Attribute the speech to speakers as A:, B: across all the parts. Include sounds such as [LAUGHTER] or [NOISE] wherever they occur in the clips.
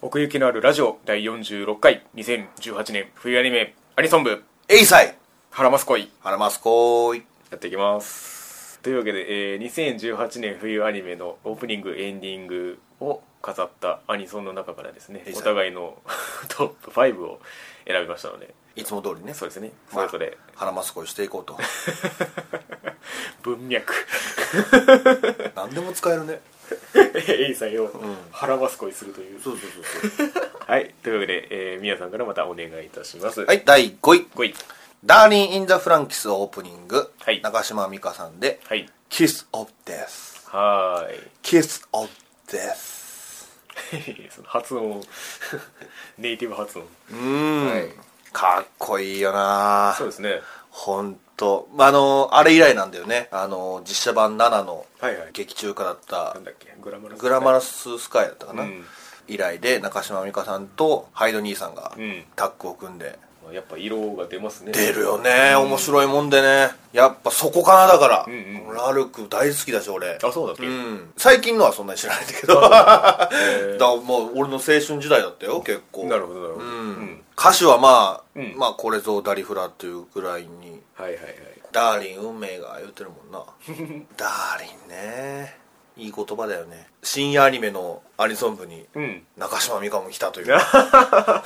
A: 奥行きのあるラジオ第46回2018年冬アニメアニソン部
B: エイサイ
A: ハラマスコイ
B: ハラマスコーイ
A: やっていきますというわけで、えー2018年冬アニメのオープニングエンディングを飾ったアニソンの中からですね
B: いいじゃ
A: お
B: ん
A: 互いの [LAUGHS] トップ5を選びましたので
B: いつも通りね
A: そうですねそ
B: まあ
A: れぞれ
B: ハラマスコイしていこう [LAUGHS] と
A: 文 [LAUGHS] 脈
B: 何でも使えるね
A: エイサイをハラマスコイするという、
B: そうそうそうそう
A: はいというわけで、えー、皆さんからまたお願いいたします
B: はいい第5位
A: 5位
B: 「ダーリン・イン・ザ・フランキス」オープニング、
A: はい
B: 中島美嘉さんで
A: はい
B: 「キス・オブ・デス
A: はーい」
B: 「キス・オブ・デス
A: [LAUGHS] その発音ネイティブ発音」
B: うーん、
A: はい
B: かっこいいよな
A: そうですね
B: ほんと、まあ、あのあれ以来なんだよねあの実写版7の
A: はいはい
B: 劇中歌だった
A: なんだっけグラマラス
B: グラマラススカイだったかな、
A: うん
B: 以来で中島美嘉さんとハイド兄さんが
A: うん
B: タッグを組んで、
A: やっぱ色が出ますね
B: 出るよね、面白いもんでねやっぱそこかなだから、
A: んうん
B: ラルク大好きだし俺
A: あそうだっけ、
B: うん、最近のはそんなに知らないんだけどだ [LAUGHS] からもう俺の青春時代だったよ結構
A: なるほどなるほど、う
B: う
A: んん
B: 歌詞はまあ、
A: うん
B: まあこれぞダリフラというぐらいに
A: はいはいはい
B: ダーリン運命が言ってる
A: [LAUGHS]
B: もんなダーリンねいい言葉だよね深夜アニメのアニソン部に
A: うん
B: 中島美嘉も来たという
A: 確か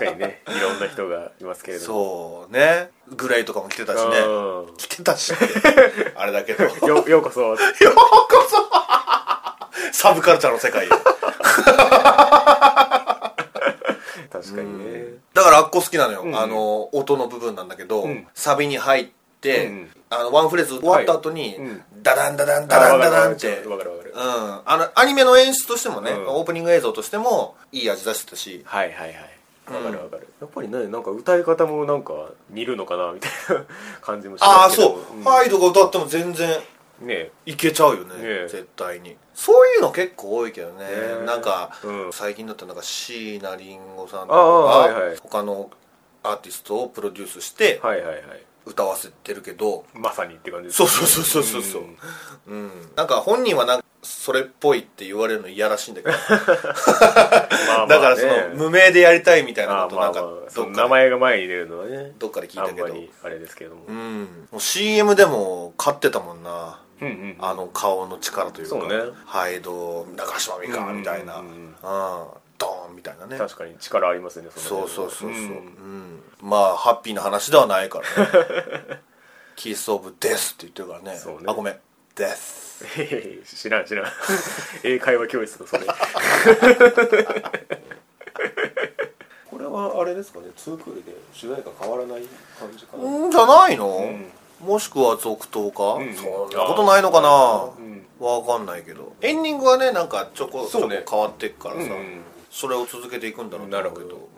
A: にねいろんな人がいますけれ
B: [LAUGHS]
A: ども
B: そうねグレイとかも来てたしね
A: うん
B: 来てたし [LAUGHS] あれだけど [LAUGHS]
A: よようこそ
B: サブカルチャーの世界へ
A: 確かにね
B: だからあっこ好きなのよ、
A: ん
B: あの音の部分なんだけど、
A: ん
B: サビに入って、
A: うんうん
B: あのワンフレーズ終わった後に、
A: はいうん
B: ダダンダダンダダンダダンって
A: わかるわかるわかるわかる
B: うん、あのアニメの演出としてもね、
A: うん
B: オープニング映像としてもいい味出してたし
A: はいはいはいわかるわかる、やっぱりねなんか歌い方もなんか似るのかなみたいな感じもし
B: あ
A: ま
B: あ
A: すけど
B: そう、
A: ん
B: ハイドが歌っても全然
A: ね
B: いけちゃうよね
A: ねえ
B: 絶対にそういうの結構多いけどね、
A: え
B: なんか、
A: うん
B: 最近だったらなんか椎名林檎さんとか
A: ああはいはい
B: 他のアーティストをプロデュースして
A: はいはいはい
B: 歌わせてるけど、
A: まさにって感じです
B: そ
A: ね
B: うそうそうそうそうそう
A: うん
B: うんなんか本人はなんかそれっぽいって言われるの嫌らしいんだけ
A: [LAUGHS]
B: ど
A: まあまあね
B: だからその無名でやりたいみたいな
A: あ
B: こ
A: ー
B: と
A: ま
B: な
A: あ
B: んか
A: まあそ
B: ど
A: の
B: っ
A: 名
B: かで
A: 前が前に出るのはね
B: どっかで聞い
A: あ
B: た
A: ん
B: けど
A: まりあれですけども
B: うんもう CM でも勝ってたもんな
A: うんうん
B: あの顔の力というか
A: そうね
B: ハイド中島美嘉みたいな
A: う
B: うん
A: うんうんうん
B: んドーンみたいなね
A: 確かに力ありますよね
B: そ
A: の
B: う
A: 辺
B: そ
A: は
B: うそうそう、うんんまあハッピーな話ではないからね
A: [LAUGHS]
B: 「キス・オブ・デス」って言ってるからね
A: そうね
B: あごめん「デス」
A: へへへ [LAUGHS] 知らん知らん
B: [LAUGHS]
A: 英会話教室のそれこれはあれですかね2クールで主題歌変わらない感じかな
B: うんじゃないの、もしくは続投か、
A: ん
B: そんなことないのかな
A: うん
B: わかんないけどエンディングはねなんかちょこち
A: そ
B: ょ
A: う
B: こ
A: ね
B: 変わっていくからさ、
A: うん
B: それを続けていくんだろうと
A: なる
B: 思う
A: ほ
B: け
A: ど
B: ど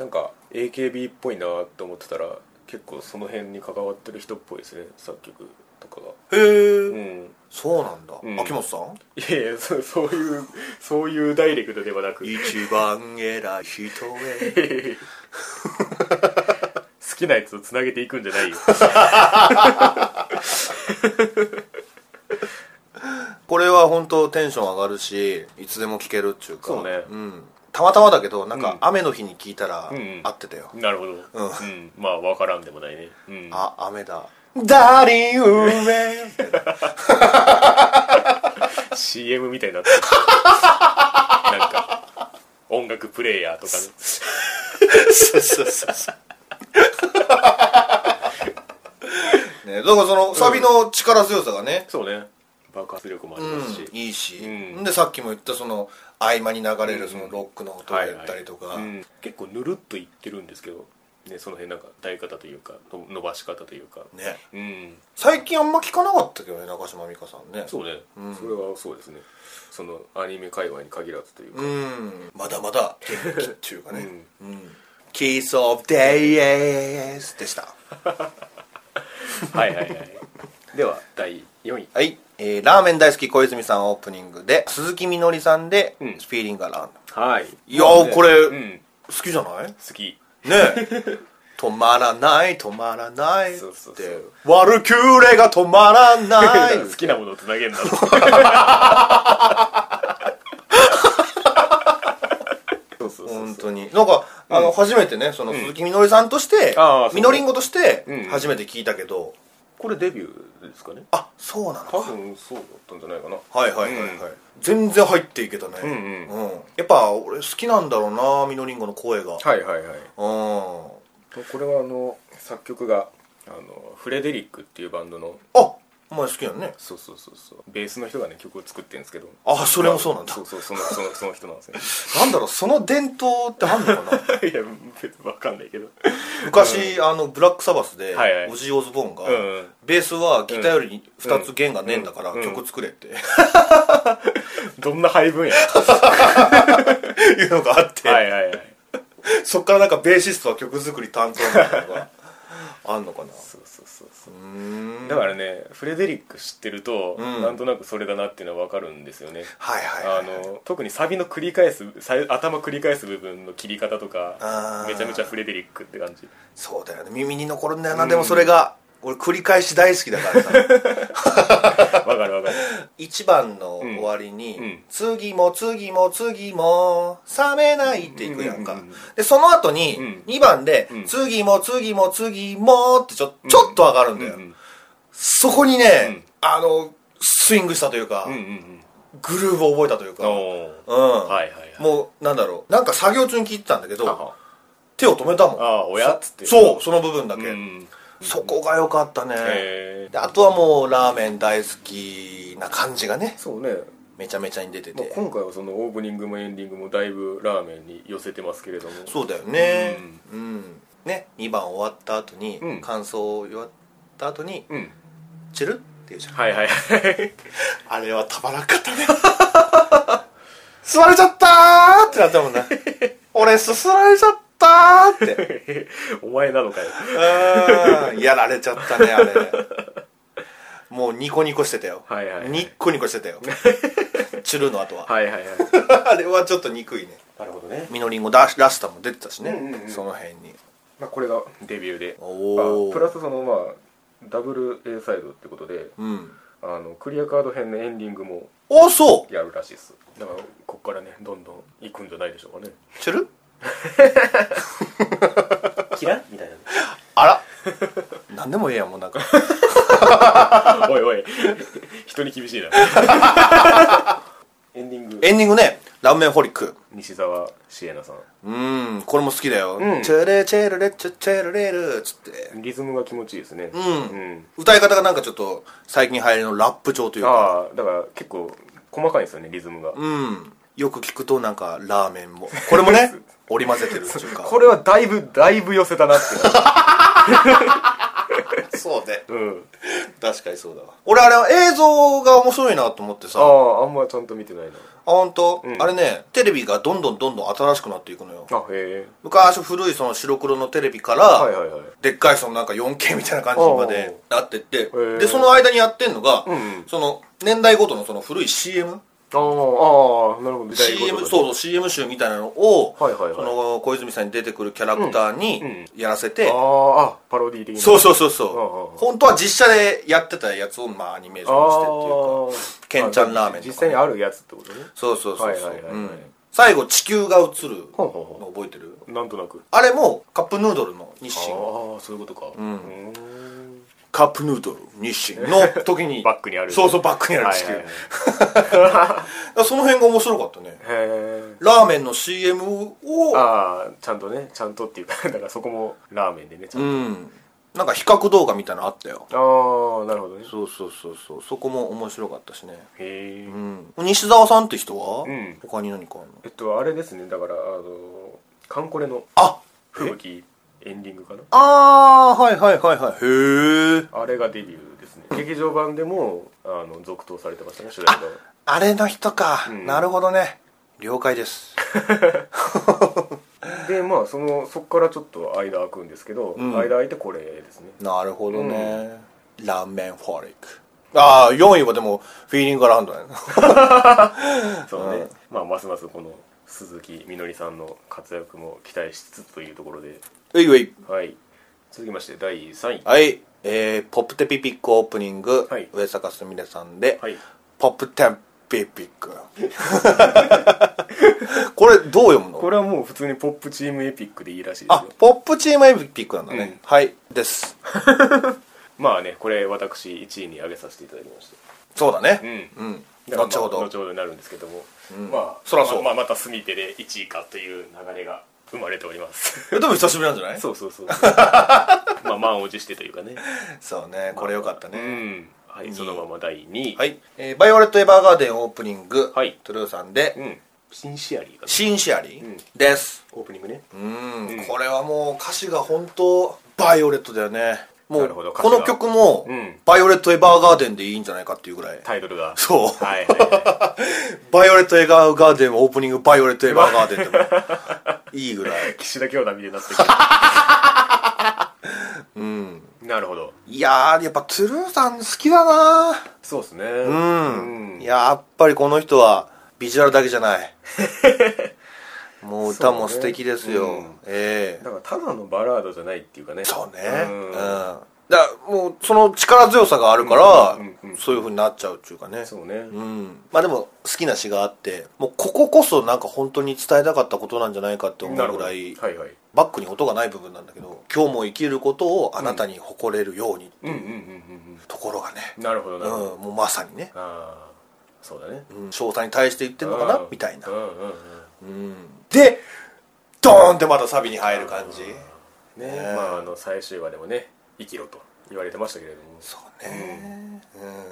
A: なんか AKB っぽいなと思ってたら結構その辺に関わってる人っぽいですね作曲とかが
B: うんへえ、
A: うん
B: そうなんだ、
A: ん
B: 秋元さん
A: いやいやそそういうそういうダイレクトではなく
B: 一番偉い人へ
A: [LAUGHS] 好きなやつをつなげていくんじゃないよ
B: [LAUGHS] これは本当テンション上がるしいつでも聴けるっていうか
A: そうね
B: ん、たまたまだけどなん
A: うん
B: か雨の日に聴いたら
A: うんうん
B: 合ってたよ、
A: なるほど、うんまあ分からんでもないね、うん、
B: あ雨だダーリン運命
A: CM みたいになって
B: [LAUGHS]
A: るなんか音楽プレイヤーとかね
B: [LAUGHS] そうそうそうそう。ね、だからそのサビの力強さがね、
A: そうね爆発力もあり
B: うん
A: ますし、
B: いいし、
A: うん
B: でさっきも言ったその合間に流れるそのロックの音
A: は
B: が
A: い
B: や
A: は
B: っ
A: い
B: たりとか、
A: うん結構ぬるっといってるんですけど、ね、その辺なんか歌い方というかの伸ばし方というか、
B: ね
A: うん
B: 最近あんま聞かなかったけどね中島美嘉さんね
A: そうね、それはそうですねそのアニメ界隈に限らずというか、
B: うんまだまだ元気っていうかね
A: うん
B: 「うん、キス・オブ・デイエス」でした
A: はいはいはい [LAUGHS] では第4位
B: はい、えーラーメン大好き小泉さんオープニングで鈴木みのりさんで「
A: うん
B: フィーリング・アラウンド
A: はい
B: いやーこれ
A: うん」
B: 好きじゃない
A: 好き
B: ねえ [LAUGHS] 止まらない止まらないって
A: そうそうそう
B: ワルキューレが止まら
A: [LAUGHS]
B: ない
A: 好きなものを [LAUGHS] つなげんだ
B: 本当になんかあの、初めてねその鈴木みのりさんとして、
A: ああそう
B: みのりんごとして
A: うん
B: 初めて聞いたけど、
A: これデビューですかね
B: あそうなのか
A: 多分そうだったんじゃないかな
B: はいはいはいは
A: う
B: い、
A: ん
B: 全然入っていけたね
A: うん
B: うん、やっぱ俺好きなんだろうなみのりんごの声が、
A: はいはいはい
B: うん
A: これはあの作曲があのフレデリックっていうバンドの
B: あお前好きやんね
A: そうそうそうそうベースの人がね曲を作ってるんですけど
B: あそれもそうなんだ
A: そうそうそのそのその人なんですよ
B: なんだろうその伝統ってあんのかな
A: [LAUGHS] いや別に分かんないけど
B: 昔、あのブラックサバスで、
A: はいはい
B: オジー・オズボーンが、
A: うん
B: ベースはギターより2つ弦がねえんだから、
A: うん
B: 曲作れって、 [LAUGHS]
A: どんな配 [LAUGHS] 分や
B: いうのがあって、
A: はいはいはい
B: そっからなんかベーシストは曲作り担当みたいなのがあんのかな
A: そうそうそうそう
B: うーん
A: だからねフレデリック知ってると、
B: うん
A: なんとなくそれだなっていうのは分かるんですよね
B: はいはいはい
A: あの特にサビの繰り返すさ頭繰り返す部分の切り方と
B: あ
A: か
B: ー
A: めちゃめちゃフレデリックって感じ
B: そうだよね耳に残るんだよな、でもそれが俺繰り返し大好きだからさ
A: 分かる分かる
B: 一番の終わりに、
A: うん
B: 次も次も次も冷めないっていくやんか、
A: うんうんうん
B: でその後に
A: うん
B: 2番で、
A: うん
B: 次も次も次もってちょちょっと上がるんだよ、
A: うん
B: そこにね、
A: うん
B: あのスイングしたというか、
A: うんうん
B: グルーブを覚えたという
A: うん
B: か、うん
A: おーはいはいはい
B: もうなんだろうなんか作業中に聞いてたんだけ
A: は
B: ど
A: は
B: 手を止めたもん
A: ああ親っつって
B: そうその部分だけ、
A: うん
B: そこが良かったね、
A: へー
B: であとはもうラーメン大好きな感じがね
A: そうね、
B: めちゃめちゃに出て
A: まあ、
B: て
A: 今回はそのオープニングもエンディングもだいぶラーメンに寄せてますけれども
B: そうだよねうん、ね2番終わった後に、
A: うん
B: 感想を言わった後に
A: うん
B: 「チェル」って言うじゃん
A: はい [LAUGHS] はいはい
B: [LAUGHS] あれはたまらんかったね [LAUGHS] 吸われちゃったーってなったも [LAUGHS] んな俺すすられちゃったーって
A: お前なのかよ
B: うんやられちゃったねあれもうニコニコしてたよ、
A: はいはいはい
B: ニッコニコしてたよ [LAUGHS] チュルの後は、
A: はいはいはい
B: あれはちょっと憎いね
A: なるほどね、
B: ミノリンゴララスタも出てたしね、
A: うんうんうん
B: その辺に
A: まあ、これがデビューで
B: おー
A: あプラスそのまあダブル A サイドってことで
B: うん
A: あのクリアカード編のエンディングも
B: おそう
A: やるらしいですだからこっからねどんどん行くんじゃないでしょうかね
B: チュル
A: 嫌いみたい
B: あら何でもええやんもうな
A: [LAUGHS]
B: んか
A: な [LAUGHS] おいおい人に厳しいな [LAUGHS] エンディング
B: エンディングねラーメンホリック
A: 西澤シエナさん
B: うんこれも好きだよ、
A: うん
B: チェレチェレレチェチェレレルつって
A: リズムが気持ちいいですねうん
B: 歌い方がなんかちょっと最近流行りのラップ調というか
A: ああだから結構細かいんですよねリズムが、
B: うんよく聞くとなんかラーメンもこれ
A: [LAUGHS]
B: もね織り交ぜてるっていうか
A: これはだいぶだいぶ寄せたなって
B: そうね
A: うん
B: 確かにそうだわ俺あれ映像が面白いなと思って
A: [LAUGHS] あ
B: さあ
A: ああんまちゃんと見てないな
B: 本当、
A: ん
B: あれねテレビがどんどんどんどん新しくなっていくのよ
A: あへえ
B: 昔古いその白黒のテレビから、
A: はいはいはい
B: でっかいそのなんか 4K みたいな感じまでなってって
A: ー
B: でその間にやってんのが、
A: ん
B: その年代ごとのその古い CM
A: ああああなるほど
B: CM そうそう CM 集みたいなのを、
A: はいはいはい
B: その小泉さんに出てくるキャラクターにやらせて、
A: ああパロディ的な
B: そうそうそう
A: うんうんう
B: そ
A: ん
B: う本当は実写でやってたやつをまあアニメーションにしてってい
A: ああ
B: うかけんちゃんラーメンとかね
A: 実際にあるやつってことね
B: そうそうそうそ
A: はい
B: う
A: はいはいはい
B: うん最後地球が映る
A: ほうほうほ
B: の覚えてる
A: なんとなく
B: あれもカップヌードルの日
A: ああ
B: 清
A: そういうことかうーん
B: カップヌードル日清の時
A: [LAUGHS]
B: に
A: バックにある
B: そうそうバックにある地
A: は
B: 球、
A: いはいはい
B: だからその辺が面白かったね
A: へえ
B: ラーメンの CM を
A: ああちゃんとねちゃんとっていうか [LAUGHS] だからそこもラーメンでねちゃ
B: うんんなんか比較動画みたいなのあったよ
A: とああなるほどね
B: そうそうそうそうそこも面白かったしね
A: へえ
B: うん西澤さんって人は、
A: うん
B: 他に何かあるの
A: えっとあれですねだからあのカンコレの
B: あ
A: 吹雪エンディングかな
B: あーはいはいはいはいへえ
A: あれがデビューですね劇場版でもあの続投されてましたね主題歌が
B: あれの人か、
A: ん
B: なるほどね了解です
A: でまあそのそこからちょっと間空くんですけど、
B: ん
A: 間空いてこれですね
B: なるほどね、ラーメンフォリックああ4位はでもフィーリングアラウンド [LAUGHS] だね
A: そうね、まあますますこの鈴木みのりさんの活躍も期待しつつというところで
B: ういうい
A: はい続きまして第3位
B: はいえー、ポップテピピックオープニング、
A: はい
B: 上坂すみれさんで、
A: はい
B: ポップテンピピック [LAUGHS] これどう読むの
A: これはもう普通にポップチームエピックでいいらしいです
B: あ
A: よ
B: ポップチームエピックなんだね、
A: うん
B: はいです
A: まあねこれ私1位に挙げさせていただきまし
B: そうだ
A: た
B: ね
A: ん
B: うん、
A: だからまあ
B: 後ほど
A: 後ほどになるんですけども、
B: ん
A: まあ
B: そらそう
A: まあ、まあまたスミペで1位かという流れが生まれております
B: [LAUGHS] えでも久しぶりなんじゃない
A: そうそうそう [LAUGHS] まあ満を持してというかね
B: そうねこれよかった
A: う
B: ね、
A: んはいそのまま第2位
B: はい、えーバイオレット・エヴァーガーデンオープニング」
A: はい
B: トゥルーさんで、
A: うんシンシアリーが
B: シンシアリ
A: うん
B: ーです
A: オープニングね
B: うん、
A: うん
B: これはもう歌詞が本当バイオレットだよねも
A: な
B: う
A: るほど歌詞
B: こ
A: が
B: の曲も、
A: うん
B: バイオレット・エヴァーガーデン」でいいんじゃないかっていうぐらい
A: タイトルが
B: そう
A: はいはい
B: [LAUGHS]
A: は
B: バイオレット・エヴァーガーデンオープニングバイオレット・エヴァーガーデンでも
A: [LAUGHS]
B: いいぐらい
A: い岸田兄弟みたいになってきた
B: [LAUGHS]
A: うんなるほど
B: いやーやっぱトゥルーさん好きだな
A: そうですね
B: うん、
A: うん
B: やっぱりこの人はビジュアルだけじゃない
A: [LAUGHS]
B: もう歌も素敵ですよ、
A: そうねうん
B: ええ
A: だからただのバラードじゃないっていうかね
B: そうね
A: うん
B: うん、だからもうその力強さがあるから、
A: うんうんうん
B: そういう風になっちゃうっていうかね
A: そうね、
B: うん、まあでも好きな詩があってもうこここそなんか本当に伝えたかったことなんじゃないかって思
A: な
B: う
A: るほ
B: ぐ
A: ど
B: ら
A: はいいはい
B: バックに音がない部分なんだけど今日も生きることをあなたに誇れるように、
A: うんうんうんうん
B: ところがね、
A: うんなるほど
B: う
A: なるほど、
B: ん、もうまさにね、
A: ああそうだね
B: うん、翔太に対して言ってんのかな、みたいな
A: う、んうんうん
B: うん、でドーンってまたサビに入る感じ
A: ね
B: ね
A: まああの最終話でもね生きろと言われてましたけれども
B: そうね、うん、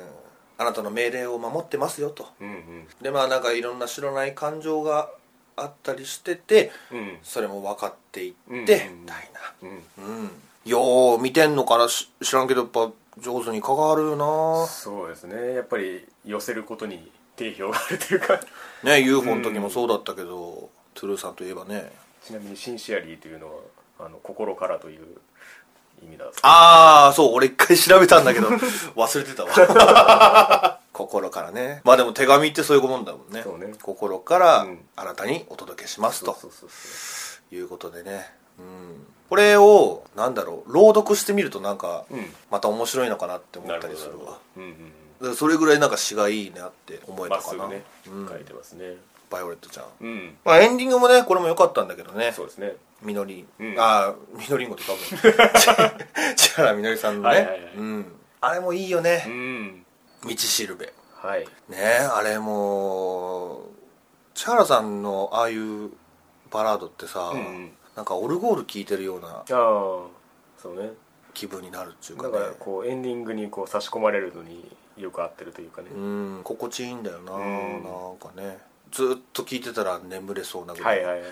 B: あなたの命令を守ってますよと
A: うんうん
B: でまあなんかいろんな知らない感情があったりしてて
A: うん
B: それも分かっていって、
A: うん
B: みたいな
A: うん
B: うん、よう見てんのかなし知らんけどやっぱ上手に関わるよ
A: そうですねやっぱり寄せることに定評があるというか [LAUGHS]
B: なね UFO の時もそうだったけど、トゥルーさんといえばね
A: ちなみにシンシアリーというのはあの心からという意味だそう
B: ああそう俺一回調べた
A: [LAUGHS]
B: んだけど忘れてたわ心からねまあでも手紙ってそういうもんだもんね
A: そうね
B: 心から
A: うん
B: あなたにお届けしますと
A: そうそうそう
B: いうことでねうんこれをなんだろう朗読してみるとなんか、
A: うん
B: また面白いのかなって思
A: な
B: っ
A: る
B: た
A: ほ
B: り
A: どなる
B: する
A: ほ
B: わ
A: どうんうん
B: だからそれぐらいなんか詩がいいなって思
A: う
B: え
A: ん
B: た
A: まっす
B: か
A: ぐ
B: な、
A: ね
B: うん
A: 書いてますね
B: バイオレットちゃん、
A: うん
B: まあ、エンディングもねこれも良かったんだけどね
A: そうですね
B: みのり、
A: うん
B: ああみのりんごって
A: [LAUGHS]
B: かぶ千原みのりさんのね、
A: はいはいはい
B: うん、あれもいいよ
A: う
B: ね [LAUGHS]
A: ん
B: 「道しるべ
A: はい」
B: ねあれも千原さんのああいうバラードってさ、
A: うんうん
B: なんかオルゴール聴いてるような
A: ああそうね
B: 気分になるっていうか
A: だ
B: ね
A: からこうエンディングにこう差し込まれるのによく合ってるというかね、
B: うん心地いいんだよな、
A: ん
B: なんかねずっと聴いてたら眠れそうなぐら、
A: はいいはいはい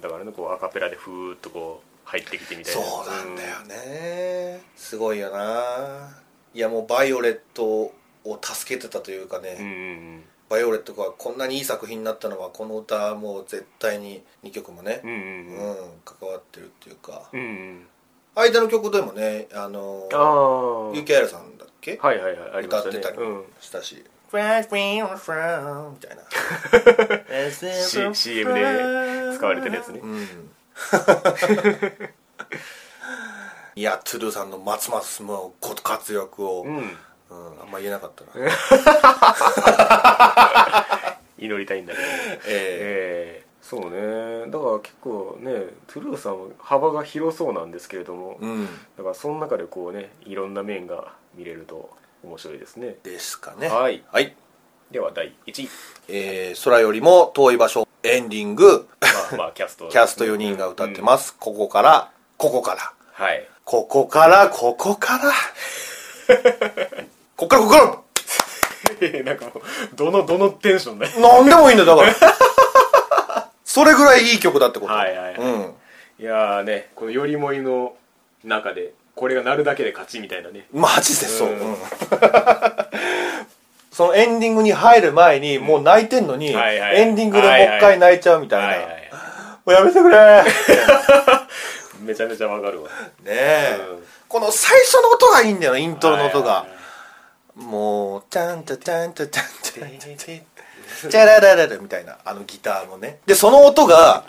A: だからねこうアカペラでふーっとこう入ってきてみたい
B: そ
A: な
B: うなんだよね、すごいよないやもうバイオレットを助けてたというかね、
A: うんうん
B: バイオレットがこんなにいい作品になったのはこの歌もう絶対に2曲もね
A: う、ん
B: うん
A: うんうん
B: 関わってるっていうか、
A: うんうん
B: 間の曲でもねあの
A: ああは
B: ユ
A: い
B: キアイラさんだっけ、
A: はいはいありま
B: 歌
A: し
B: ったて
A: ね
B: たり
A: うん
B: したし「フランスフィンフラ
A: [LAUGHS]
B: ン」みたいな
A: C- CM で使われてるやつね
B: うん [LAUGHS] いやトゥルーさんのますますもうご活躍を、
A: うん
B: うん、あんま言えなかったな、
A: 祈りたいんだけど
B: え
A: [LAUGHS] ええそうねだから結構ねトゥルーさんは幅が広そうなんですけれども、
B: えうん
A: だからその中でこうねいろんな面が見れると面白いですね
B: ですかね
A: はい
B: はい、
A: では第1位
B: [LAUGHS] えー空よりも遠い場所エンディング
A: まあまあキャスト、
B: キャスト4人が歌ってます、ここからここから
A: はい
B: ここからここからこっからこっか
A: [LAUGHS] なんかもうどのどのテンションだよ
B: らなんでもいいんだよだからそれぐらい [LAUGHS] いい曲だってこと
A: はいはいは
B: うん
A: いやーねこのよりもりの中でこれが鳴るだけで勝ちみたいなね
B: マジでそう、
A: うん
B: うん [LAUGHS] そのエンディングに入る前にもう泣いてんのに、
A: はいはい
B: エンディングでもう一回泣いちゃうみたいな、
A: はいはい
B: もうやめ
A: [LAUGHS]
B: てくれ
A: めちゃめちゃわかるわ
B: ねえ、
A: うん
B: この最初の音がいいんだよイントロの音が、
A: はいはい
B: もう「タンタタンタタンタンタンチャララララ」みたいなあのギターのねでその音が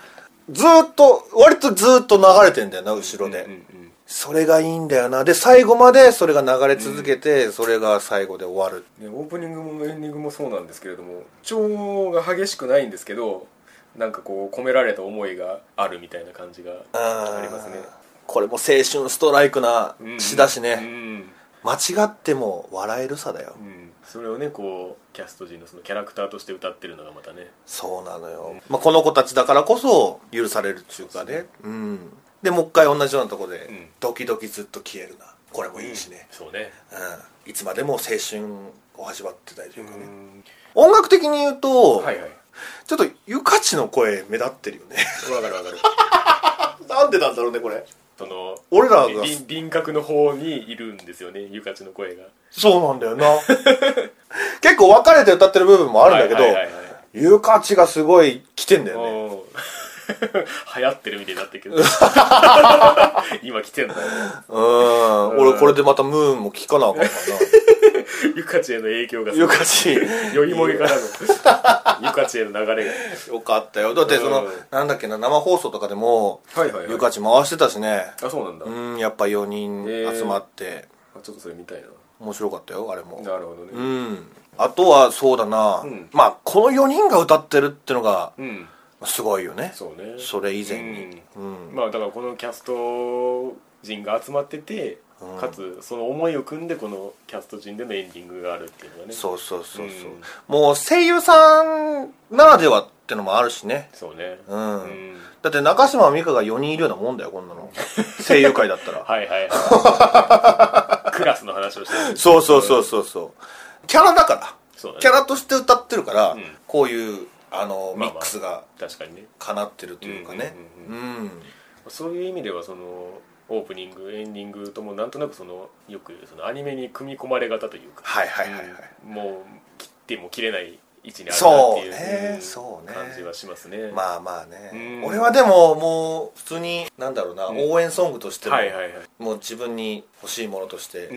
B: ずーっと割とずーっと流れてんだよな後ろで、
A: はいうんうん
B: それがいいんだよなで最後までそれが流れ続けて、それが最後で終わる
A: ね、オープニングもエンディングもそうなんですけれども調が激しくないんですけどなんかこう込められた思いがあるみたいな感じがありますね
B: これも青春ストライクな
A: うん
B: 詩だしね、
A: うん
B: 間違っても笑えるさだよ、
A: うんそれをねこうキャスト陣のそのキャラクターとして歌ってるのがまたね
B: そうなのよ、まあ、この子たちだからこそ許されるっていうかねうんでもう一回同じようなとこで、
A: ん
B: ドキドキずっと消えるなこれもいいしね、
A: そうね
B: うん、いつまでも青春を味わってたいというかね、
A: ん
B: 音楽的に言うと、
A: はいはい
B: ちょっとゆかちの声目立ってるよね
A: わかるわかる
B: [LAUGHS] なんでなんだろうねこれ
A: その
B: 俺らが
A: り輪郭の方にいるんですよねゆかちの声が
B: そうなんだよ [LAUGHS] な結構分かれて歌ってる部分もあるんだけど、
A: はいはいはいはい
B: ゆかちがすごい来てんだよね
A: おー [LAUGHS] 流行ってるみたいになって [LAUGHS] るけど今来てんだよ
B: うーん。俺これでまたムーンも聞かな [LAUGHS] あかんか
A: ゆかちへの影響が
B: な。よかし。
A: よりもげから [LAUGHS] のゆかちへの流れが
B: よかったよ。だってその
A: うん、
B: なんだっけな、生放送とかでも、
A: はいはいはい
B: ゆかち回してたしね。
A: あそうなんだ、あ
B: うん、やっぱ4
A: へ
B: 人
A: ー
B: 集まって、
A: ちょっとそれ見たい
B: 面白かったよ、あれも。
A: ななるほどね
B: うん。あとはそうだな、
A: ん
B: まあこの4人が歌ってるってのが
A: うん、
B: すごいよね。
A: そうね
B: それ以前に。
A: うんまあだからこのキャスト陣が集まってて、かつその思いを組んでこのキャスト陣でのエンディングがあるっていうのがね
B: そうそうそうそう
A: うん。
B: もう声優さんならではってのもあるしね。
A: そうね
B: うん
A: うん
B: だって中島美嘉が4人いるようなもんだよこんなの声優界だっ
A: [LAUGHS]
B: たら
A: はいはい
B: [LAUGHS]
A: はいクラスの話をしてる
B: そうそうそうそうそうキャラだか
A: そうだ
B: ら
A: ね
B: キャラとして歌ってるから、
A: ん
B: こういうあの、
A: まあまあ
B: ミックスが
A: 確かにね
B: かなってるというかねうん
A: そういう意味ではそのオープニングエンディングともなんとなくそのよくそのアニメに組み込まれ方というか
B: はいはいはいはい、
A: うんもう切っても切れない位置にある
B: そう
A: な
B: ね
A: っていう,うん、
B: そうね
A: 感じはしますね
B: まあまあね
A: うん
B: 俺はでももう普通になんだろうな、
A: ん
B: 応援ソングとしても、
A: はいはいはい、
B: もう自分に欲しいものとし
A: うんう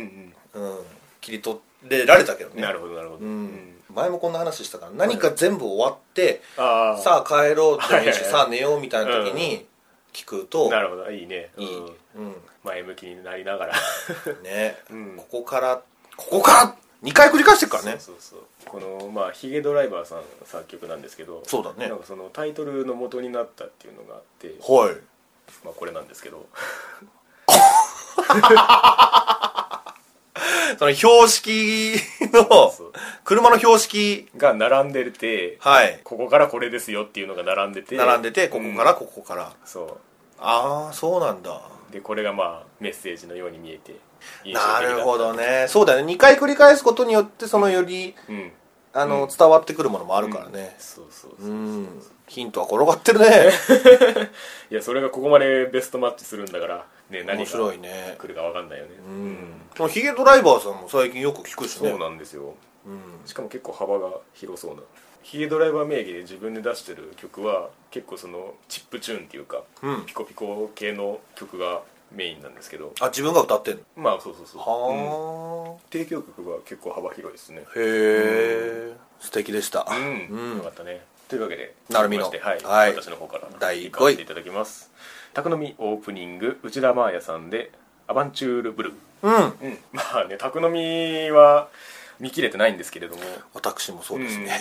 B: て、
A: ん
B: うん切り取れられたけどね
A: なるほどなるほど、
B: う
A: うんん、
B: 前もこんな話したから何か全部終わって、
A: ああ
B: さあ帰ろうでもいい
A: はいはい
B: し
A: はい
B: さあ寝ようみたいな時に聞くと
A: なるほどいいね
B: いい、
A: うん
B: う
A: 前向きになりながら
B: ん、ね、
A: うん
B: ここからここから2回繰り返してるからね
A: [LAUGHS] そうそうそうこのまあヒゲドライバーさん作曲なんですけど
B: そうだね
A: なんかそのタイトルの元になったっていうのがあって
B: はい
A: まあこれなんですけど
B: その標識の
A: そう
B: 車の標識
A: が並んでて
B: はい
A: ここからこれですよっていうのが並んでて
B: 並んでてここからここから、
A: そ
B: ああそうなんだ
A: うでこれがまあメッセージのように見えて印象的だ
B: な
A: った
B: るほどねそうだよね2回繰り返すことによってそのより
A: うん
B: あの、伝わってくるものもあるからね、
A: そうそうそううん
B: ヒントは転がってるね
A: [LAUGHS] いやそれがここまでベストマッチするんだからね何
B: 面
A: が
B: 白い
A: 来
B: ね
A: るか分かんないよね
B: うんそのヒゲドライバーさんも最近よく聞くしね
A: そうなんですよ
B: うん
A: しかも結構幅が広そうなヒゲドライバー名義で自分で出してる曲は結構そのチップチューンっていうか
B: うん
A: ピコピコ系の曲がメインなんですけど
B: あ自分が歌ってんの
A: まあそうそうそううん
B: は
A: 提供曲が結構幅広いですね
B: あ、へえ素敵でした
A: うん、
B: うん
A: よかったねというわけで
B: なるみの
A: 続きましては、
B: はいい
A: 私の方から
B: 第五位
A: 行かせていただきます宅飲みオープニング内田真彩さんで「アバンチュールブルー
B: うん」
A: うん、まあね宅飲みは見切れてないんですけれども、
B: 私もそう
A: うん
B: ですね、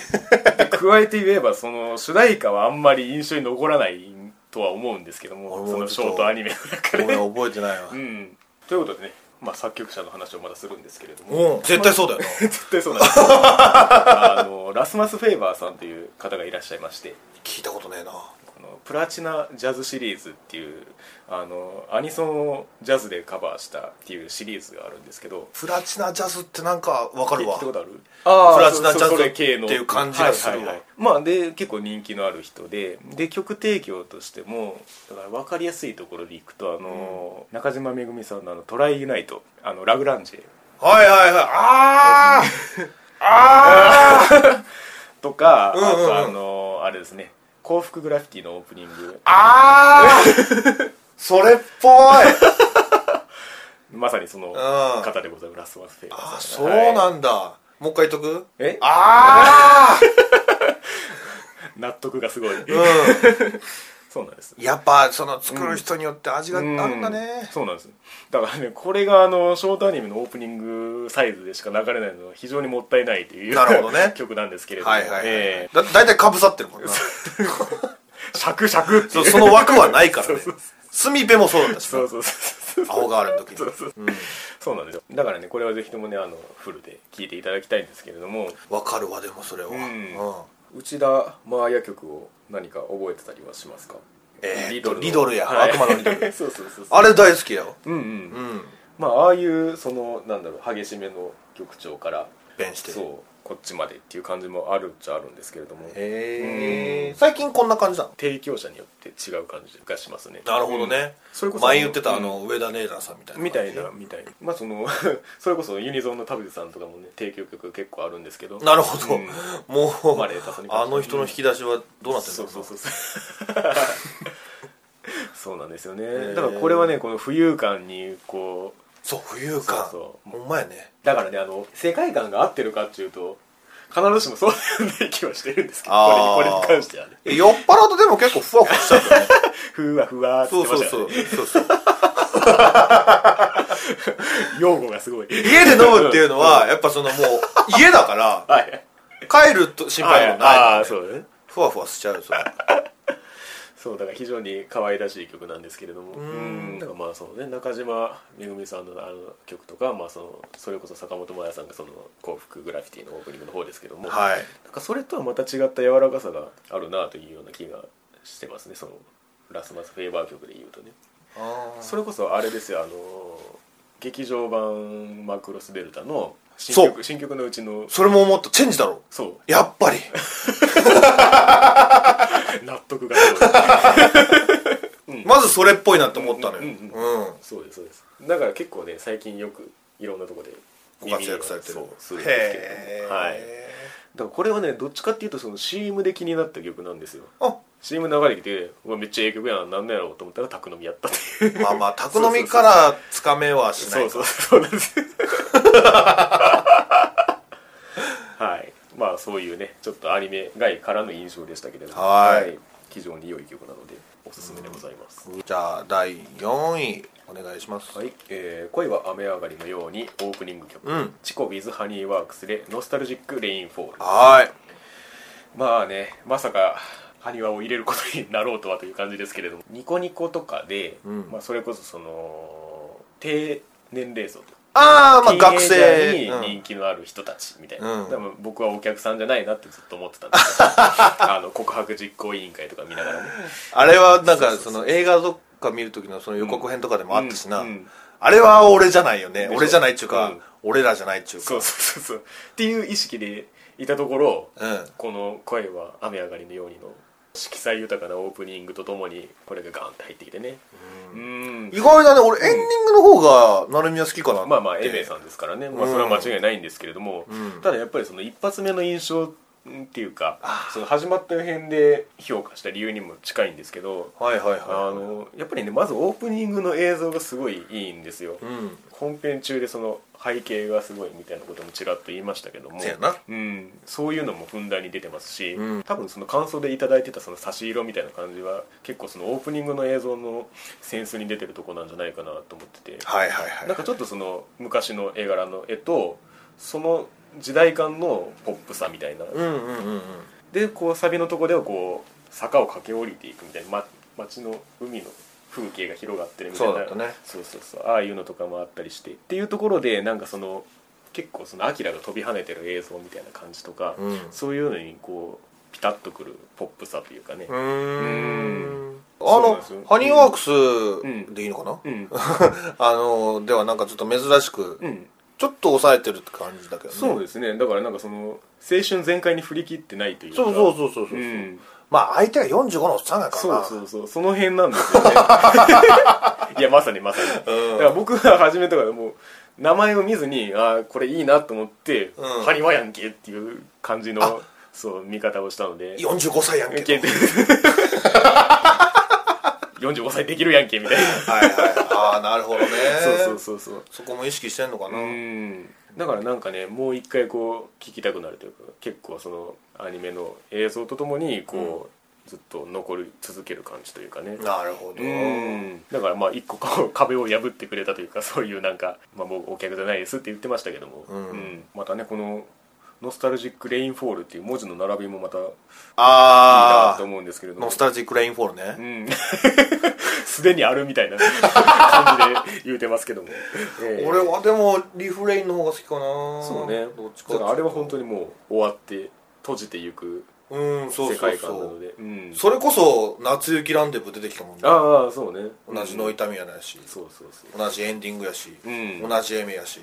A: で加えて言えばその主題歌はあんまり印象に残らないとは思うんですけど
B: 俺
A: も
B: も
A: そのショートアニメの中
B: 俺
A: で、
B: 覚えてないわ
A: う、ん、ということでね、まあ、作曲者の話をまたするんですけれども
B: うん、絶対そうだよな
A: [LAUGHS] 絶対そうなんですよあのラスマス・フェイバーさんという方がいらっしゃいまして
B: 聞いたことねえな
A: このプラチナジャズシリーズっていうあのアニソンをジャズでカバーしたっていうシリーズがあるんですけど
B: プラチナジャズってなんかわか
A: え
B: る
A: 聞
B: わ
A: いたことあるあ
B: プラチナジャズ
A: そそれ系の
B: っていう感じがするわ
A: はいはいはいまあで結構人気のある人でで曲提供としてもだから分かりやすいところでいくとあの、中島めぐみさんのあの「トライユナイト」あのラグランジェ
B: はいはいはいあああー
A: とか、
B: うんうんうん
A: あとあのあれですね幸福グラフィティのオープニング
B: あー
A: [LAUGHS]
B: それっぽい
A: まさにその
B: ん
A: 方でございます、ラスマス・フェイバ
B: あ
A: ーさん
B: そう
A: はい
B: なんだ、もう一回言っとく
A: え
B: ああ
A: [LAUGHS] 納得がすごい、
B: うん
A: そうなんです
B: やっぱその作る人によって味があるんだ
A: うん
B: ね、
A: そうなんですだからねこれがあのショートアニメのオープニングサイズでしか流れないのは非常にもったいないという
B: なるほどね
A: [LAUGHS] 曲なんですけれども
B: はいはいはい、
A: え
B: だ大体かぶさってるもんな
A: えシャクシャクってい
B: そうその枠はないからね
A: [LAUGHS] そうそう
B: スミベもそうだったし
A: そうそうそう
B: アホガールの時に
A: そうなんですよだからねこれはぜひともねあのフルで聴いていただきたいんですけれども
B: わかるわでもそれは、うん
A: ん内田真彩曲を何か覚えてたりはしますか
B: えー
A: の
B: リドルや悪魔のリドル
A: [LAUGHS] そうそうそうそう
B: あれ大好きだよ
A: うんう
B: うんん
A: まあああいうそのなんだろう激しめの曲調から
B: 弁して
A: そうこっちまでっていう感じもあるっちゃあるんですけれども
B: へえ最近こんな感じなの
A: 提供者によって違う感じがしますね
B: なるほどね、
A: それこそ
B: 前言ってたあの、上田ネイラーさんみたいな
A: みたいなみたいなまあその [LAUGHS] それこそユニゾンの田臥さんとかもね提供曲結構あるんですけど
B: なるほど、
A: うん
B: もう、
A: まあレータスに関しては
B: あの人の引き出しはどうなってる
A: そ
B: の
A: うそうそうそう [LAUGHS] そうなんですよ
B: へ
A: ね
B: え
A: だからこれはねこの浮遊感にこう
B: そう浮遊感
A: そ
B: ほ
A: うんそ
B: まやね
A: だからねあの世界観が合ってるかっていうと必ずしもそうな気はしてるんですけど
B: あ
A: こ
B: ー
A: れに関してはね
B: え酔っ払うとでも結構ふわふわしちゃうよね
A: ふわふわーって言
B: そう
A: ってま
B: そう
A: したから
B: そ
A: ね
B: うそうそう
A: 用語がすごい
B: 家で飲むっていうのはやっぱそのもう家だから
A: [LAUGHS] はい
B: 帰ると心配もない、
A: ああーそうだね
B: ふわふわしちゃうよそれ
A: そうだから非常に可愛らしい曲なんですけれどもうんだからまあそのね中島めぐみさんのあの曲とか、まあ、そのそれこそ坂本真綾さんがその幸福グラフィティのオープニングの方ですけども、
B: はい
A: なんかそれとはまた違った柔らかさがあるなというような気がしてますねそのラスマスフェーバー曲でいうとねそれこそあれですよあの劇場版マクロスベルタの新
B: そ
A: 曲新曲のうちの
B: それも思ったチェンジだろ
A: そ
B: やっぱり
A: う納得が
B: [LAUGHS]
A: すごい
B: まずそれっぽいなって思ったのよ
A: う
B: うんん、
A: うんそうですそうですだから結構ね最近よくいろんなとこで
B: ご活躍されてる
A: 耳をそうするんですけ
B: へ
A: れ
B: え
A: どもはいだからこれはねどっちかっていうとその CM で気になった曲なんですよ
B: あ
A: CM 流れてきてうわめっちゃええ曲やななんだやろうと思ったら宅飲みやったっていう
B: まあまあ宅飲みからつかめはしない
A: そう
B: か
A: そうそうなんですよはい [LAUGHS] まあそういうねちょっとアニメ外からの印象でしたけれども
B: はい
A: 非常に良い曲なのでおすすめでございます、
B: じゃあ第4位お願いします、
A: はい、えー恋は雨上がりのようにオープニング曲
B: うん
A: チコ with ハニーワークスでノスタルジックレインフォール
B: はーい
A: まあねまさか埴輪を入れることになろうとはという感じですけれどもニコニコとかで、
B: うん
A: まあ、それこそその低年齢層と
B: ああまあ
A: ティーンエ
B: 学
A: イジャー
B: 生、
A: に
B: うん
A: 人気のある人たちみたいな、
B: うん
A: 多分僕はお客さんじゃないなってずっと思ってたんですけ
B: [LAUGHS]
A: どあの告白実行委員会とか見ながらね
B: あれはなん
A: そう
B: か
A: そう
B: そ
A: そう
B: の映画とか見る時のその予告編とかでもあったしな、
A: うんうん
B: あれは俺じゃないよね
A: でしょ
B: 俺じゃないっちゅうか、
A: うん
B: 俺らじゃないっちゅうか
A: そうそうそうそうっていう意識でいたところ、
B: うん
A: この「声は雨上がりのように」の色彩豊かなオープニングとともにこれがガーンって入ってきてねうん
B: 意外だね俺エンディングの方が成宮好きかなって
A: まあまあエメさんですからね、まあ、
B: うん
A: それは間違いないんですけれども、
B: うん
A: ただやっぱりその一発目の印象っていうかその始まった辺で評価した理由にも近いんですけど
B: はいはいはい
A: あのやっぱりねまずオープニングの映像がすごいいいんですよ、
B: うん
A: 本編中でその背景がすごいみたいなこともちらっと言いましたけども
B: せやな
A: うん、そういうのもふんだんに出てますし、
B: うん
A: 多分その感想でいただいてたその差し色みたいな感じは結構そのオープニングの映像のセンスに出てるとこなんじゃないかなと思ってて
B: はいはいはい
A: なんかちょっとその昔の絵柄の絵とその時代感のポップさみたいな、
B: うんうんうんうん
A: でこうサビのとこではこう坂を駆け下りていくみたいな、ま、街の海の風景が広がってるみたいな
B: そうだったね
A: そうそうそうああいうのとかもあったりしてっていうところでなんかその結構そのアキラが飛び跳ねてる映像みたいな感じとか、
B: うん
A: そういうのにこうピタッとくるポップさというかね
B: う
A: そうなん
B: ーんあの
A: ですよ
B: ハニーワーク
A: ん
B: スでいいのかな、
A: うん、
B: あのではなんかちょっと珍しく、
A: うん、
B: ちょっと抑えてるって感じだけどね
A: そうですねだからなんかその青春全開に振り切ってないというか
B: そうそうそうそうそう、
A: うん
B: まあ相手が45のおっさんやから
A: そう
B: な
A: そうそうその辺なんですよね [LAUGHS] いやまさにまさに、だから僕が初めとかでもう名前を見ずにああこれいいなと思って「
B: うん
A: ハニワやんけ」っていう感じのそう見方をしたので
B: 45歳やんけ
A: け [LAUGHS] 45歳できるやんけみたいな
B: はいはい
A: [LAUGHS]
B: ああなるほどね
A: そうそうそうそう
B: そこも意識してんのかな、
A: うんだからなんかねもう一回こう聞きたくなるというか結構そのアニメの映像とともにこう、ずっと残り続ける感じというかね
B: なるほど
A: うんだからまあ一個こう壁を破ってくれたというかそういうなんか、まあ、もうお客じゃないですって言ってましたけども、
B: うん
A: またねこの「ノスタルジック・レインフォール」っていう文字の並びもまたいいな
B: あ
A: と
B: あ
A: 思うんですけれども
B: ノスタルジックレインフォールね、
A: うん、すでにあるみたいな [LAUGHS] 感じで言うてますけども、ええ
B: [LAUGHS] 俺はでもリフレインの方が好きかな
A: そうね
B: どっちか
A: だからあれは本当
B: に
A: にもう終わって閉じていく
B: うんそう
A: 世
B: そう
A: 界観な
B: そ
A: の
B: う
A: でうん
B: それこそ夏雪ランデブー出てきたもんね
A: ああそうね
B: 同じの痛みやないし、
A: そうそうそう
B: 同じエンディングやし、
A: うん
B: 同じエメやし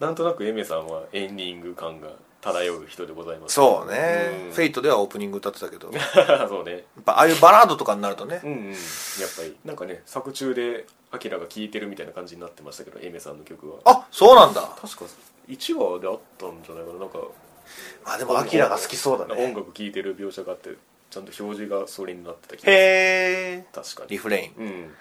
A: なんとなくエメさんはエンディング感が漂う人でございます
B: そうね、
A: うん
B: フェイトではオープニング歌ってたけどや
A: [LAUGHS]
B: っ
A: そうね
B: ぱああいうバラードとかになるとね
A: うんうんやっぱりなんかね作中でアキラが聴いてるみたいな感じになってましたけどエメさんの曲は
B: あそうなんだ
A: 確か1話であったんじゃないかななんか
B: あでもアキラが好きそうだ
A: 音
B: ね
A: 楽聴いてる描写があってちゃんと表示がそれになってた気が
B: へえ
A: 確か
B: リ
A: に
B: フレイン
A: うん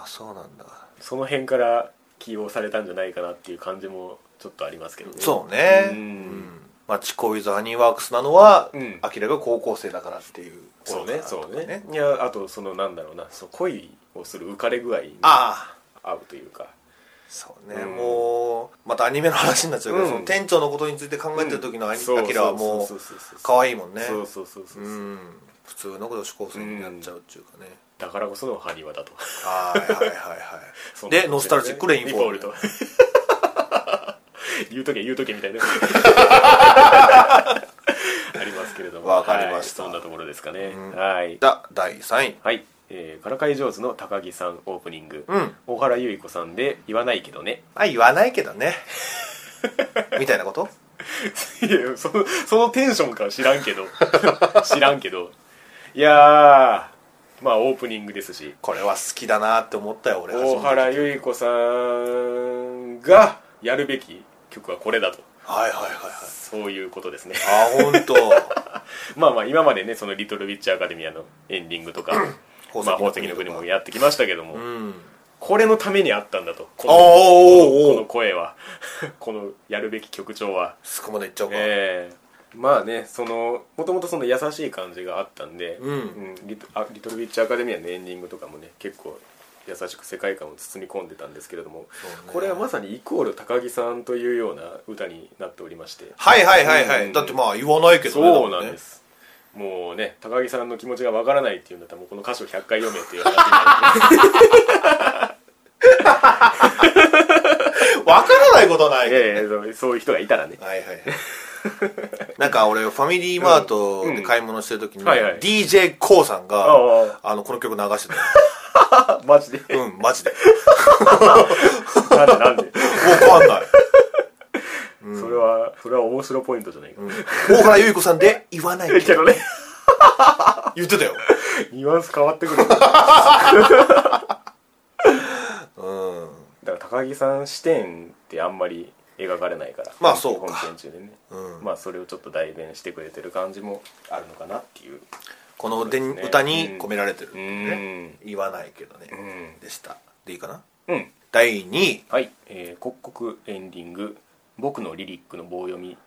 B: あそうなんだ
A: その辺から起用されたんじゃないかなっていう感じもちょっとありますけどね
B: そうね
A: うん
B: まあ、チコイズハニーワークスなのは、
A: うん
B: アキラが高校生だからっていう
A: そうね
B: とこ
A: そ
B: ろ
A: う
B: かなとか
A: ねいやあとそのなんだろうなその恋をする浮かれ具合に
B: ああ
A: 合うというか
B: そうね、
A: うん
B: もうまたアニメの話になっちゃうけど、
A: うん
B: その店長のことについて考えてる時のアニ、
A: そう
B: アキラはも
A: そうそそそ
B: 可愛いもんね
A: そうそうそうそう
B: うん普通の女子高生になっちゃうっていうかね、
A: だからこその埴輪
B: [LAUGHS]
A: だと
B: はいはいはい
A: [LAUGHS] そ
B: は
A: う
B: いでノスタルジックレインフォール
A: と [LAUGHS] 言うとけ言うとけみたいなありますけれども
B: わかりました
A: はいそんなところですかね、
B: うん
A: はい
B: だ第3位
A: はい、えー、からかい上手の高木さんオープニング、
B: うん
A: 大原優子さんで言わないけどね [LAUGHS]
B: まあ言わないけどねみたいなこと
A: いやそのそのテンションか知らんけど [LAUGHS] 知らんけどいやーまあオープニングですし
B: これは好きだなって思ったよ俺
A: 大原
B: ゆ
A: 優子さんがやるべき曲はこれだと
B: はいはいはいはい
A: そういうことですね [LAUGHS]
B: あ本当
A: まあまあ今までねその「リトル・ウィッチ・アカデミア」のエンディングとか「まあ、宝石の国」もやってきましたけども、
B: うん
A: これのためにあったんだとこ
B: お
A: のこ
B: ーおーお
A: の
B: ー
A: 声は [LAUGHS] このやるべき曲調は
B: そこまでいっちゃおうか、
A: ええまあねそのもともとその優しい感じがあったんで「
B: うん
A: リトあリトル・ウィッチ・アカデミア」のエンディングとかもね結構優しく世界観を包み込んでたんですけれども、
B: そうね
A: これはまさにイコール高木さんというような歌になっておりまして
B: はいはいはいはい、
A: うん
B: だってまあ言わないけどね
A: そうなんですす、もうね高木さんの気持ちがわからないっていうんだったらもうこの歌詞を100回読めっていう話になる
B: わからないことはない
A: いやい [LAUGHS] やそうそういう人がいたらね
B: はいはいはい [LAUGHS] なんか俺ファミリーマートで買い物してる時に、
A: うんはいはい
B: d j k o さ
A: あ
B: んが
A: あ
B: あのこの曲流して
A: あマ [LAUGHS] ジで
B: たうんマジで
A: なんでなんで、
B: わかんない
A: [LAUGHS] それはそれは面白ポイントじゃないか、
B: 大原優子さんで言わないけ
A: [LAUGHS] けど
B: ど
A: ね
B: 言ってたよ
A: ニュアンス変わってくるだか
B: うん
A: ら高木さん視点ってあんまり描かれないから
B: まあそうか
A: 本編中でね、
B: うん
A: まあそれをちょっと代弁してくれてる感じもあるのかなっていう
B: この歌に,、
A: そうですね
B: 歌に込められてる、
A: うん
B: 言わないけどね、
A: うん
B: でしたでいいかな
A: うん
B: 第2位
A: はい、えー、刻々エンディング「僕のリリックの棒読み」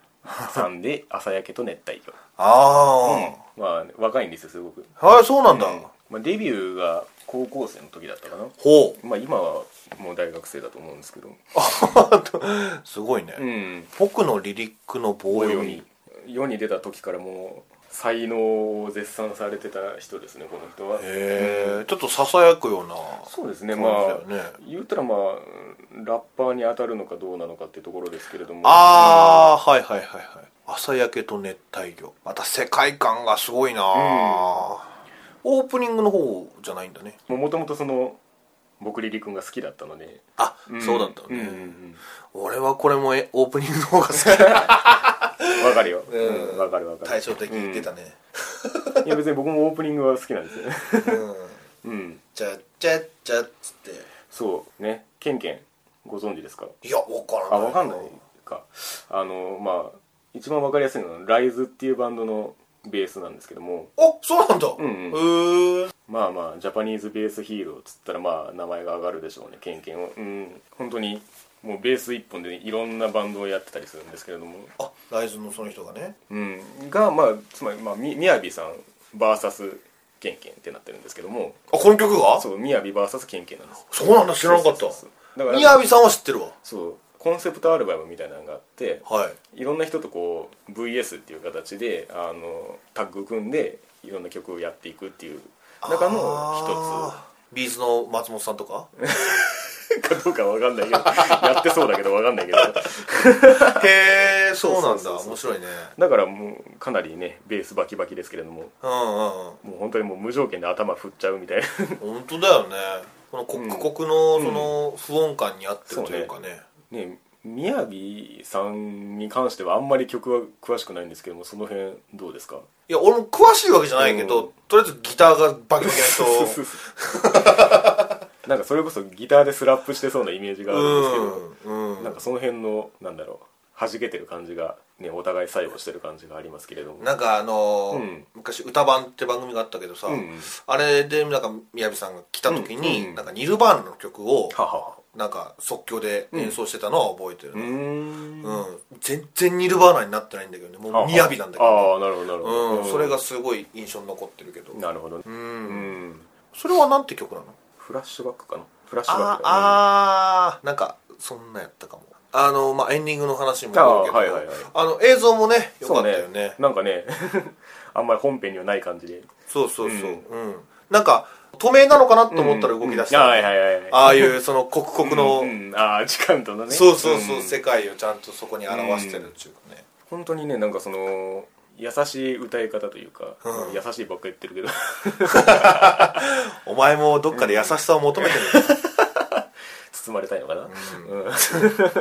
A: さん
B: [LAUGHS]
A: で「朝焼けと熱帯魚
B: あ」
A: まあ若いんですよすごく、
B: あ、はいそうなんだ、
A: まあ、デビューが高校生の時だったかな
B: ほう [LAUGHS]
A: まあ今はもう大学生だと思うんですけど
B: すごいね、
A: うん
B: 僕のリリックの棒
A: 棒
B: 読
A: 読
B: み
A: み世に出た時からもう才能を絶賛されてた人ですねこの人は
B: へえちょっとささやくような
A: そうですね
B: そう
A: まあ
B: ですよね
A: 言うたらまあラッパーに当たるのかどうなのかっていうところですけれども
B: ああ、はいはいはいはい朝焼けと熱帯魚また世界観がすごいな、オープニングの方じゃないんだね
A: もともとその僕リリ君が好きだったので、
B: あ、
A: ん
B: そうだった
A: ん
B: ね、
A: ん
B: 俺はこれもえオープニングの方が好き
A: [LAUGHS] うんわかるよ
B: うん
A: うんわかるわかる
B: 対照的に言ってたね、
A: うんいや別に僕もオープニングは好きなんですよね
B: うん、
A: うん
B: じゃっじゃっじゃっつって
A: そうねケンケンご存知ですか
B: いや分からな
A: あ
B: い
A: わかんないかあのまあ一番わかりやすいのはライズっていうバンドのベースなんですけども
B: あそうなんだうん
A: うん
B: ーん
A: まあまあジャパニーズベースヒーローっつったらまあ名前が上がるでしょうねケンケンをうん本当にもうベース一本でいろんなバンドをやってたりするんですけれども、
B: あ大豆のその人がね
A: うん、がまあつまりまあみみやびさん VS ケンケンってなってるんですけども
B: あこの曲が
A: そうみやび VS ケンケンなんです
B: そうなんだ知らなかった
A: そうそうそうだか
B: み
A: ら
B: やびさんは知ってるわ
A: そうコンセプトアルバムみたいなのがあって
B: はい
A: いろんな人とこう VS っていう形であのタッグ組んでいろんな曲をやっていくっていう中の一
B: あービーズの松本さんとか
A: つかどうかわかんないけど [LAUGHS] やってそうだけどわかんないけど
B: へ
A: [LAUGHS]
B: えそうなん
A: そうそう
B: だ
A: そう
B: 面白いね
A: だからもうかなりねベースバキバキですけれども
B: うんうんうん
A: もう本当にもう無条件で頭振っちゃうみたいな [LAUGHS]
B: 本当だよねこの刻々のその不穏感に合ってるというかね,、
A: ねみやびさんに関してはあんまり曲は詳しくないんですけどもその辺どうですか
B: いや俺も詳しいわけじゃないけど、
A: うん
B: とりあえずギターがバ
A: [LAUGHS]
B: キバキな人
A: なんかそれこそギターでスラップしてそうなイメージがあるんですけど、
B: うんうん
A: なんかその辺のなんだろう弾けてる感じが、ね、お互い作用してる感じがありますけれども
B: なんかあのー
A: うん
B: 昔「歌番」って番組があったけどさ、
A: うん
B: あれでなんかみやびさんが来た時に、
A: うんうん
B: なんかニルバーナの曲を
A: ははは
B: なんか即興で演奏してたのは覚えてる
A: う
B: な、
A: ん
B: うん全然ニルバーナになってないんだけどねもうみやびなんだけど、
A: ああなるほどなるほど、
B: うん、それがすごい印象に残ってるけど、
A: なるほどね
B: う、
A: うんん
B: それはなんて曲なの
A: フラッシュバックかなフラッシュバッ
B: あ
A: クだね
B: あーなんかそんなやったかもあのまあエンディングの話もあるけ
A: あー
B: ど
A: はいはいはい
B: あの映像もねよか
A: そ
B: っ
A: う
B: たよね
A: なんかね [LAUGHS] あんまり本編にはない感じで
B: そうそう
A: う
B: そう
A: ん
B: うん、なんか透明なのかなと思ったら動き出した、
A: うんはいはいはい
B: ああいうその刻々の、
A: うんうんああ時間とのね
B: そうそうそう、
A: ん
B: 世界をちゃんとそこに表してるっていうかね、
A: 本当にねなんかその優しい歌い方というか、
B: うん
A: 優しいばっかり言ってるけど
B: お前もどっかで優しさを求めてるんだ
A: 包まれたいのかな、うん [LAUGHS]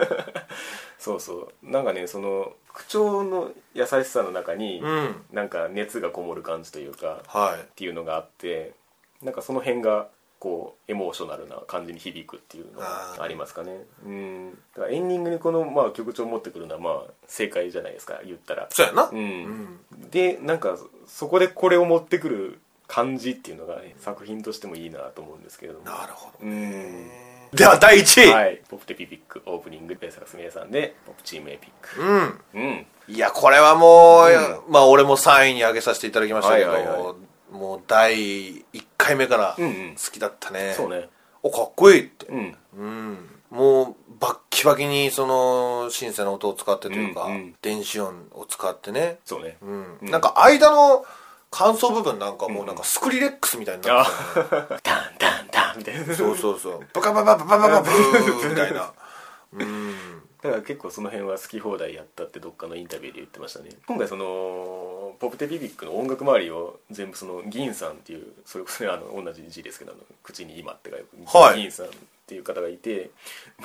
A: そうそうなんかねその口調の優しさの中に、
B: うん、
A: なんか熱がこもる感じというかっ
B: はい
A: ていうのがあってなんかその辺がこうエモーショナルな感じに響くっていうの
B: あ
A: が
B: ー
A: ありますかねうんだからエンディングにこの、まあ、曲調を持ってくるのはまあ正解じゃないですか言ったら
B: そうやな、
A: うんでなんかそこでこれを持ってくる感じっていうのが、ね、作品としてもいいなと思うんですけれども
B: なるほど
A: うん
B: では第1位、
A: はい、ポップテピピックオープニングペサスメイさんでポップチームエピック
B: うん
A: うん
B: いや、これはもう、まあ俺も3位に上げさせていただきましたけど、
A: はいはいはい
B: もう第1回目から
A: うんう
B: 好
A: ん
B: きだったね。
A: そうね
B: お、かっこいいって。
A: うん
B: うん。もう、バッキバキに、その、シンセの音を使ってというか、
A: うんうん
B: 電子音を使ってね。
A: そうね
B: うん。
A: うん
B: なんか間の感想部分なんかもうなんかスクリレックスみたいにな
A: あ
B: ってたよね。
A: タンタンタンみたいな
B: そうそうそう。ブカババババババブーみたいな。うん。
A: だから結構その辺は好き放題やったってどっかのインタビューで言ってましたね今回そのポップテピピックの音楽周りを全部その銀さんっていうそれこそねあの同じ字ですけどあの口に今って書いて、
B: はい
A: 銀さんっていう方がいて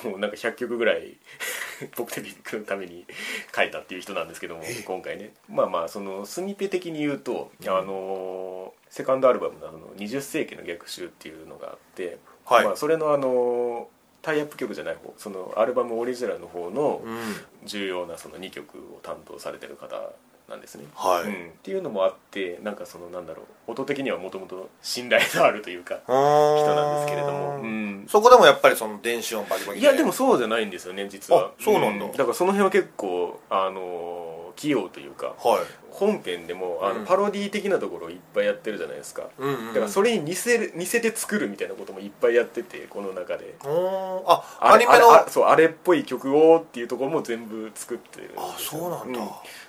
A: もうなんか100曲ぐらい [LAUGHS] ポップテピピックのために書いたっていう人なんですけども今回ねまあまあそのスミペ的に言うと、あのセカンドアルバムのあの20世紀の逆襲っていうのがあって、
B: はい
A: まあ、それのあのタイアップ曲じゃない方そのアルバムオリジナルの方の
B: うん。
A: 重要なその2曲を担当されてる方なんですね。
B: はい
A: うんっていうのもあってなんかそのなんだろう音的にはもともと信頼のあるというか人
B: 人
A: なんですけれども、うん
B: そこでもやっぱりその電子音バキバキ
A: いやでもそうじゃないんですよね実は
B: あそうなんだ
A: だからその辺は結構あの器用というか
B: はい
A: 本編でもあ
B: う
A: の
B: ん
A: パロディ的なところをいっぱいやってるじゃないですか、
B: うんうん、
A: だからそれに似せる似せて作るみたいなこともいっぱいやっててこの中で
B: おーあ
A: あ
B: ア
A: れ
B: ニメの
A: あれあそうあれっぽい曲をっていうところも全部作ってるんですよ
B: あそうなんだ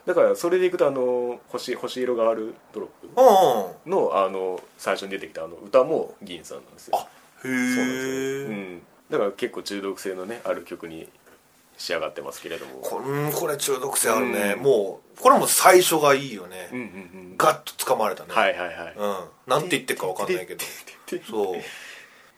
A: だからそれでいくとあの星星色があるドロッ
B: うん、
A: プのあの最初に出てきたあの歌も銀さんなんですよ
B: あへ
A: そうなんです
B: え、
A: よ、うん、だから結構中毒性のねある曲に仕上がってますけれども
B: こうんこれ中毒性あるね、
A: うん
B: もうこれも最初がいいよね、
A: うんうんうん
B: ガッと掴まれたね
A: はいはいはい、
B: うん、なんて言ってるか分かんないけど
A: ててて
B: そう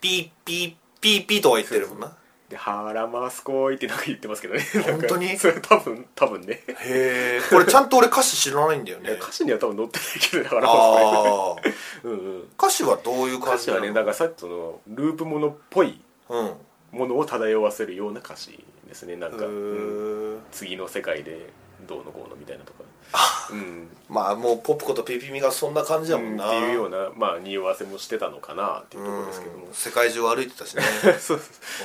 B: ピーピーピーピーとは言ってるもんな
A: で「ハラマスコイ」ってなんか言ってますけどねなんか
B: 本当に
A: それ多分多分ね
B: へえこれちゃんと俺歌詞知らないんだよね
A: 歌詞には多分載ってないけどねハラマス
B: ああー
A: コイうんうん
B: 歌詞はどういう感
A: 歌
B: じ
A: 詞
B: なの
A: はねなんかさっきそのループものっぽい
B: うんへ
A: ものを漂わせるような歌詞ですねなんか、うん
B: ー
A: 次の世界でどうのこうのみたいなとか、うん、
B: まあもうポップコとピピミがそんな感じだもんな、
A: っていうようなまあ匂わせもしてたのかなっていうところですけども、
B: うん世界中を歩いてたしね
A: [LAUGHS] そうそう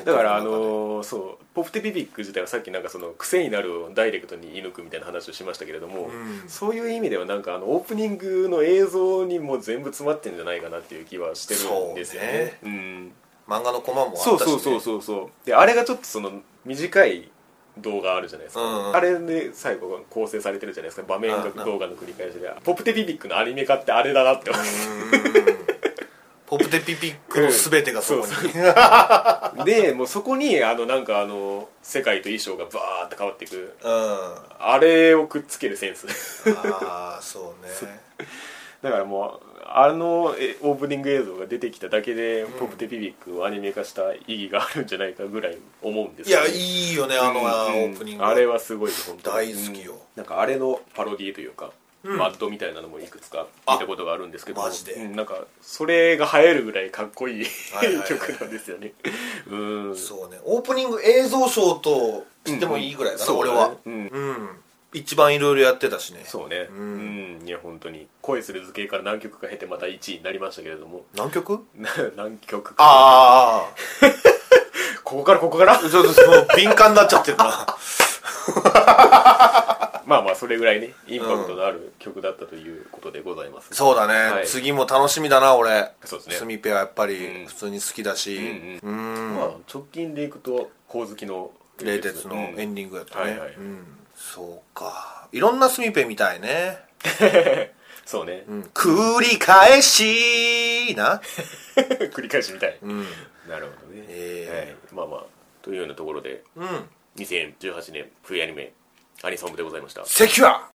A: だからあのーそうポプテピピック自体はさっきなんかその癖になるをダイレクトに射抜くみたいな話をしましたけれども、
B: うん
A: そういう意味ではなんかあのオープニングの映像にもう全部詰まってんじゃないかなっていう気はしてるんですよね。うん
B: 漫画のコマもあったし、
A: そ
B: ね、
A: うそうそうそうそうであれがちょっとその短い動画あるじゃないですか、
B: うんうん
A: あれで最後が構成されてるじゃないですか場面
B: ああ
A: が動画の繰り返しでポプテピピックのアニメ化ってあれだなって思う
B: ポプテピピックの全てがそこに、
A: うん
B: [LAUGHS]
A: でもうそこにあのなんかあの世界と衣装がバーって変わっていく
B: うん、あ
A: あれをくっつけるセンス
B: あそうね
A: だからもうあのえオープニング映像が出てきただけで「ポプテピピック」をアニメ化した意義があるんじゃないかぐらい思うんです
B: い
A: けど
B: やいいよねあの、オープニング
A: あれはすごいです本当に
B: 大好きよ
A: うんなんかあれのパロディーというか、マッドみたいなのもいくつか見たことがあるんですけど
B: あマジで
A: うんなんかそれが流行るぐらいかっこいい
B: はいはいはい
A: 曲なんですよねうん
B: そうねオープニング映像ショーと言ってもいいぐらいだな、
A: そう
B: 俺は
A: うん
B: うん一番いろいろやってたしね
A: そうねうん、いや本当に恋する図形から何曲か経てまた1位になりましたけれども [LAUGHS]
B: 何曲
A: な何曲か
B: ああ
A: ここからここから
B: ちょっとその敏感になっちゃってるな
A: まあまあそれぐらいねインパクトのある曲だったということでございます、
B: そうだね、
A: はい
B: 次も楽しみだな俺
A: そうですね
B: スミペはやっぱり
A: うん
B: 普通に好きだしうん、
A: まあ直近でいくと光月の
B: 冷徹のエンディングやったね、
A: はいはい
B: うん、そうかいろんなスミペみたいね、
A: [LAUGHS] そうね、
B: うん、繰り返しな
A: [LAUGHS] 繰り返しみたい、
B: うん
A: なるほどね、
B: え
A: はい、まあまあというようなところで
B: うん
A: 2018年冬アニメアニソン部でございました
B: 関は